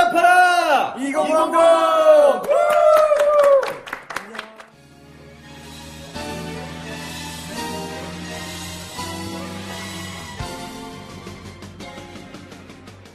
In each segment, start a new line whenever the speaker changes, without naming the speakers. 응답하라! 2030!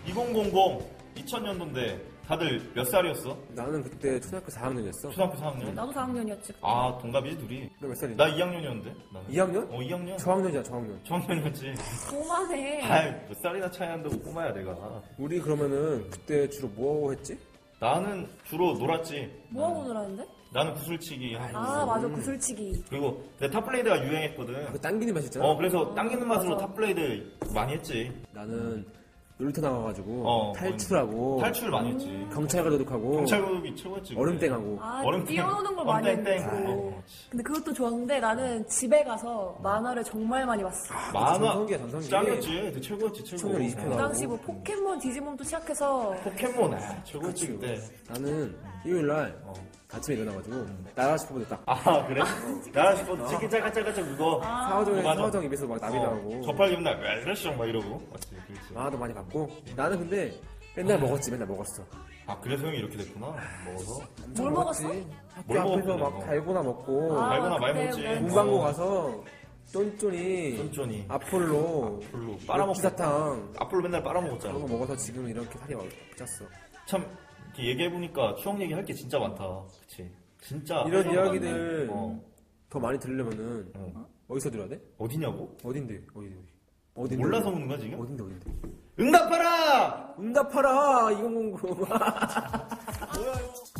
(2000) 2000년도인데 다들 몇 살이었어?
나는 그때 초등학교 4학년이었어.
초등학교 4학년?
나도 4학년이었지.
아 동갑이지 둘이?
너 몇 살이야?
나 2학년이었는데? 나는.
2학년?
어 2학년?
네. 저학년이야, 저학년.
저학년이었지
그만해.
아이 몇 살이나 차이 한다고 꼬마야 내가
우리 그러면은 그때 주로 뭐 했지?
나는 주로 놀았지
뭐하고 놀았는데?
나는 구슬치기 하고
아, 맞아. 구슬치기.
그리고 내 탑블레이드가 유행했거든
그 당기는 맛 있잖아.
어 그래서 당기는 맛으로 탑블레이드 많이 했지
나는 놀이터 나가가지고 뭐
어,
탈출하고
탈출 많이 했지
경찰 가도둑하고
경찰국이 최고였지 그때.
어. 얼음땡하고
아,
얼음땡.
뛰어노는 걸 많이
얼음땡땡.
했고.
어, 그치.
근데 그것도 좋았는데 나는 집에 가서 만화를 정말 많이 봤어.
만화
아, 전성기야, 전성기.
짱이었지 그때 최고였지 최고 아,
시청률 20%
그
나오고.
당시 뭐 포켓몬, 디지몬도 시작해서
포켓몬 아 최고였지 그때 어.
나는 일요일날 아침에 일어나가지고 나라 슈퍼보드 딱
아 그래? 나랑 싶어 치킨 짤깍짤깍짤 그거
사화정에
어, 맞아.
사화정 입에서 막 나비
어,
나오고
저팔기 맨날 왜 그랬어 막 이러고 맞지 그렇지
만화도 많이 봤고 나는 근데 맨날 먹었지 맨날 먹었어
아 그래서 형이 이렇게 됐구나 먹어서 뭐
뭘 먹었어?
뭘
학교 앞에서
먹었길래,
막
뭐.
달고나 먹고
아,
달고나 많이
그때
먹지
뭐.
문방구
어,
가서 쫀쫀이
쫀쫀이
아폴로
앞으로 빨아먹고
사탕
앞으로 맨날
그런
빨아먹었잖아
거 먹어서 지금 이렇게 살이 막 쪘어
참 이렇게 얘기해보니까 추억 얘기할 게 진짜 많다 그치 진짜
이런
추억 많네.
이야기들
아, 어,
더 많이 들으려면은
어.
어디서 들어야 돼?
어디냐고?
어딘데? 어디 어디? 어딘데?
몰라서 오는 거야 지금?
어딘데 어딘데?
응답하라!
응답하라 2009.
뭐야 이거